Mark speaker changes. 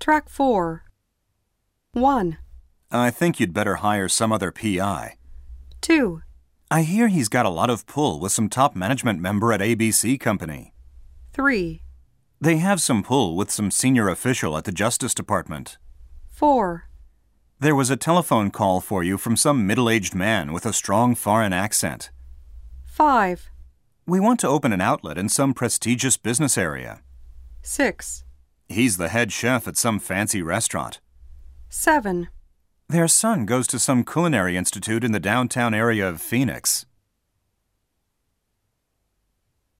Speaker 1: Track 4. 1,
Speaker 2: I think you'd better hire some other PI.
Speaker 1: 2,
Speaker 2: I hear he's got a lot of pull with some top management member at ABC Company.
Speaker 1: 3,
Speaker 2: They have some pull with some senior official at the Justice Department.
Speaker 1: 4,
Speaker 2: There was a telephone call for you from some middle aged man with a strong foreign accent.
Speaker 1: 5,
Speaker 2: We want to open an outlet in some prestigious business area.
Speaker 1: 6,
Speaker 2: He's the head chef at some fancy restaurant.
Speaker 1: 7.
Speaker 2: Their son goes to some culinary institute in the downtown area of Phoenix.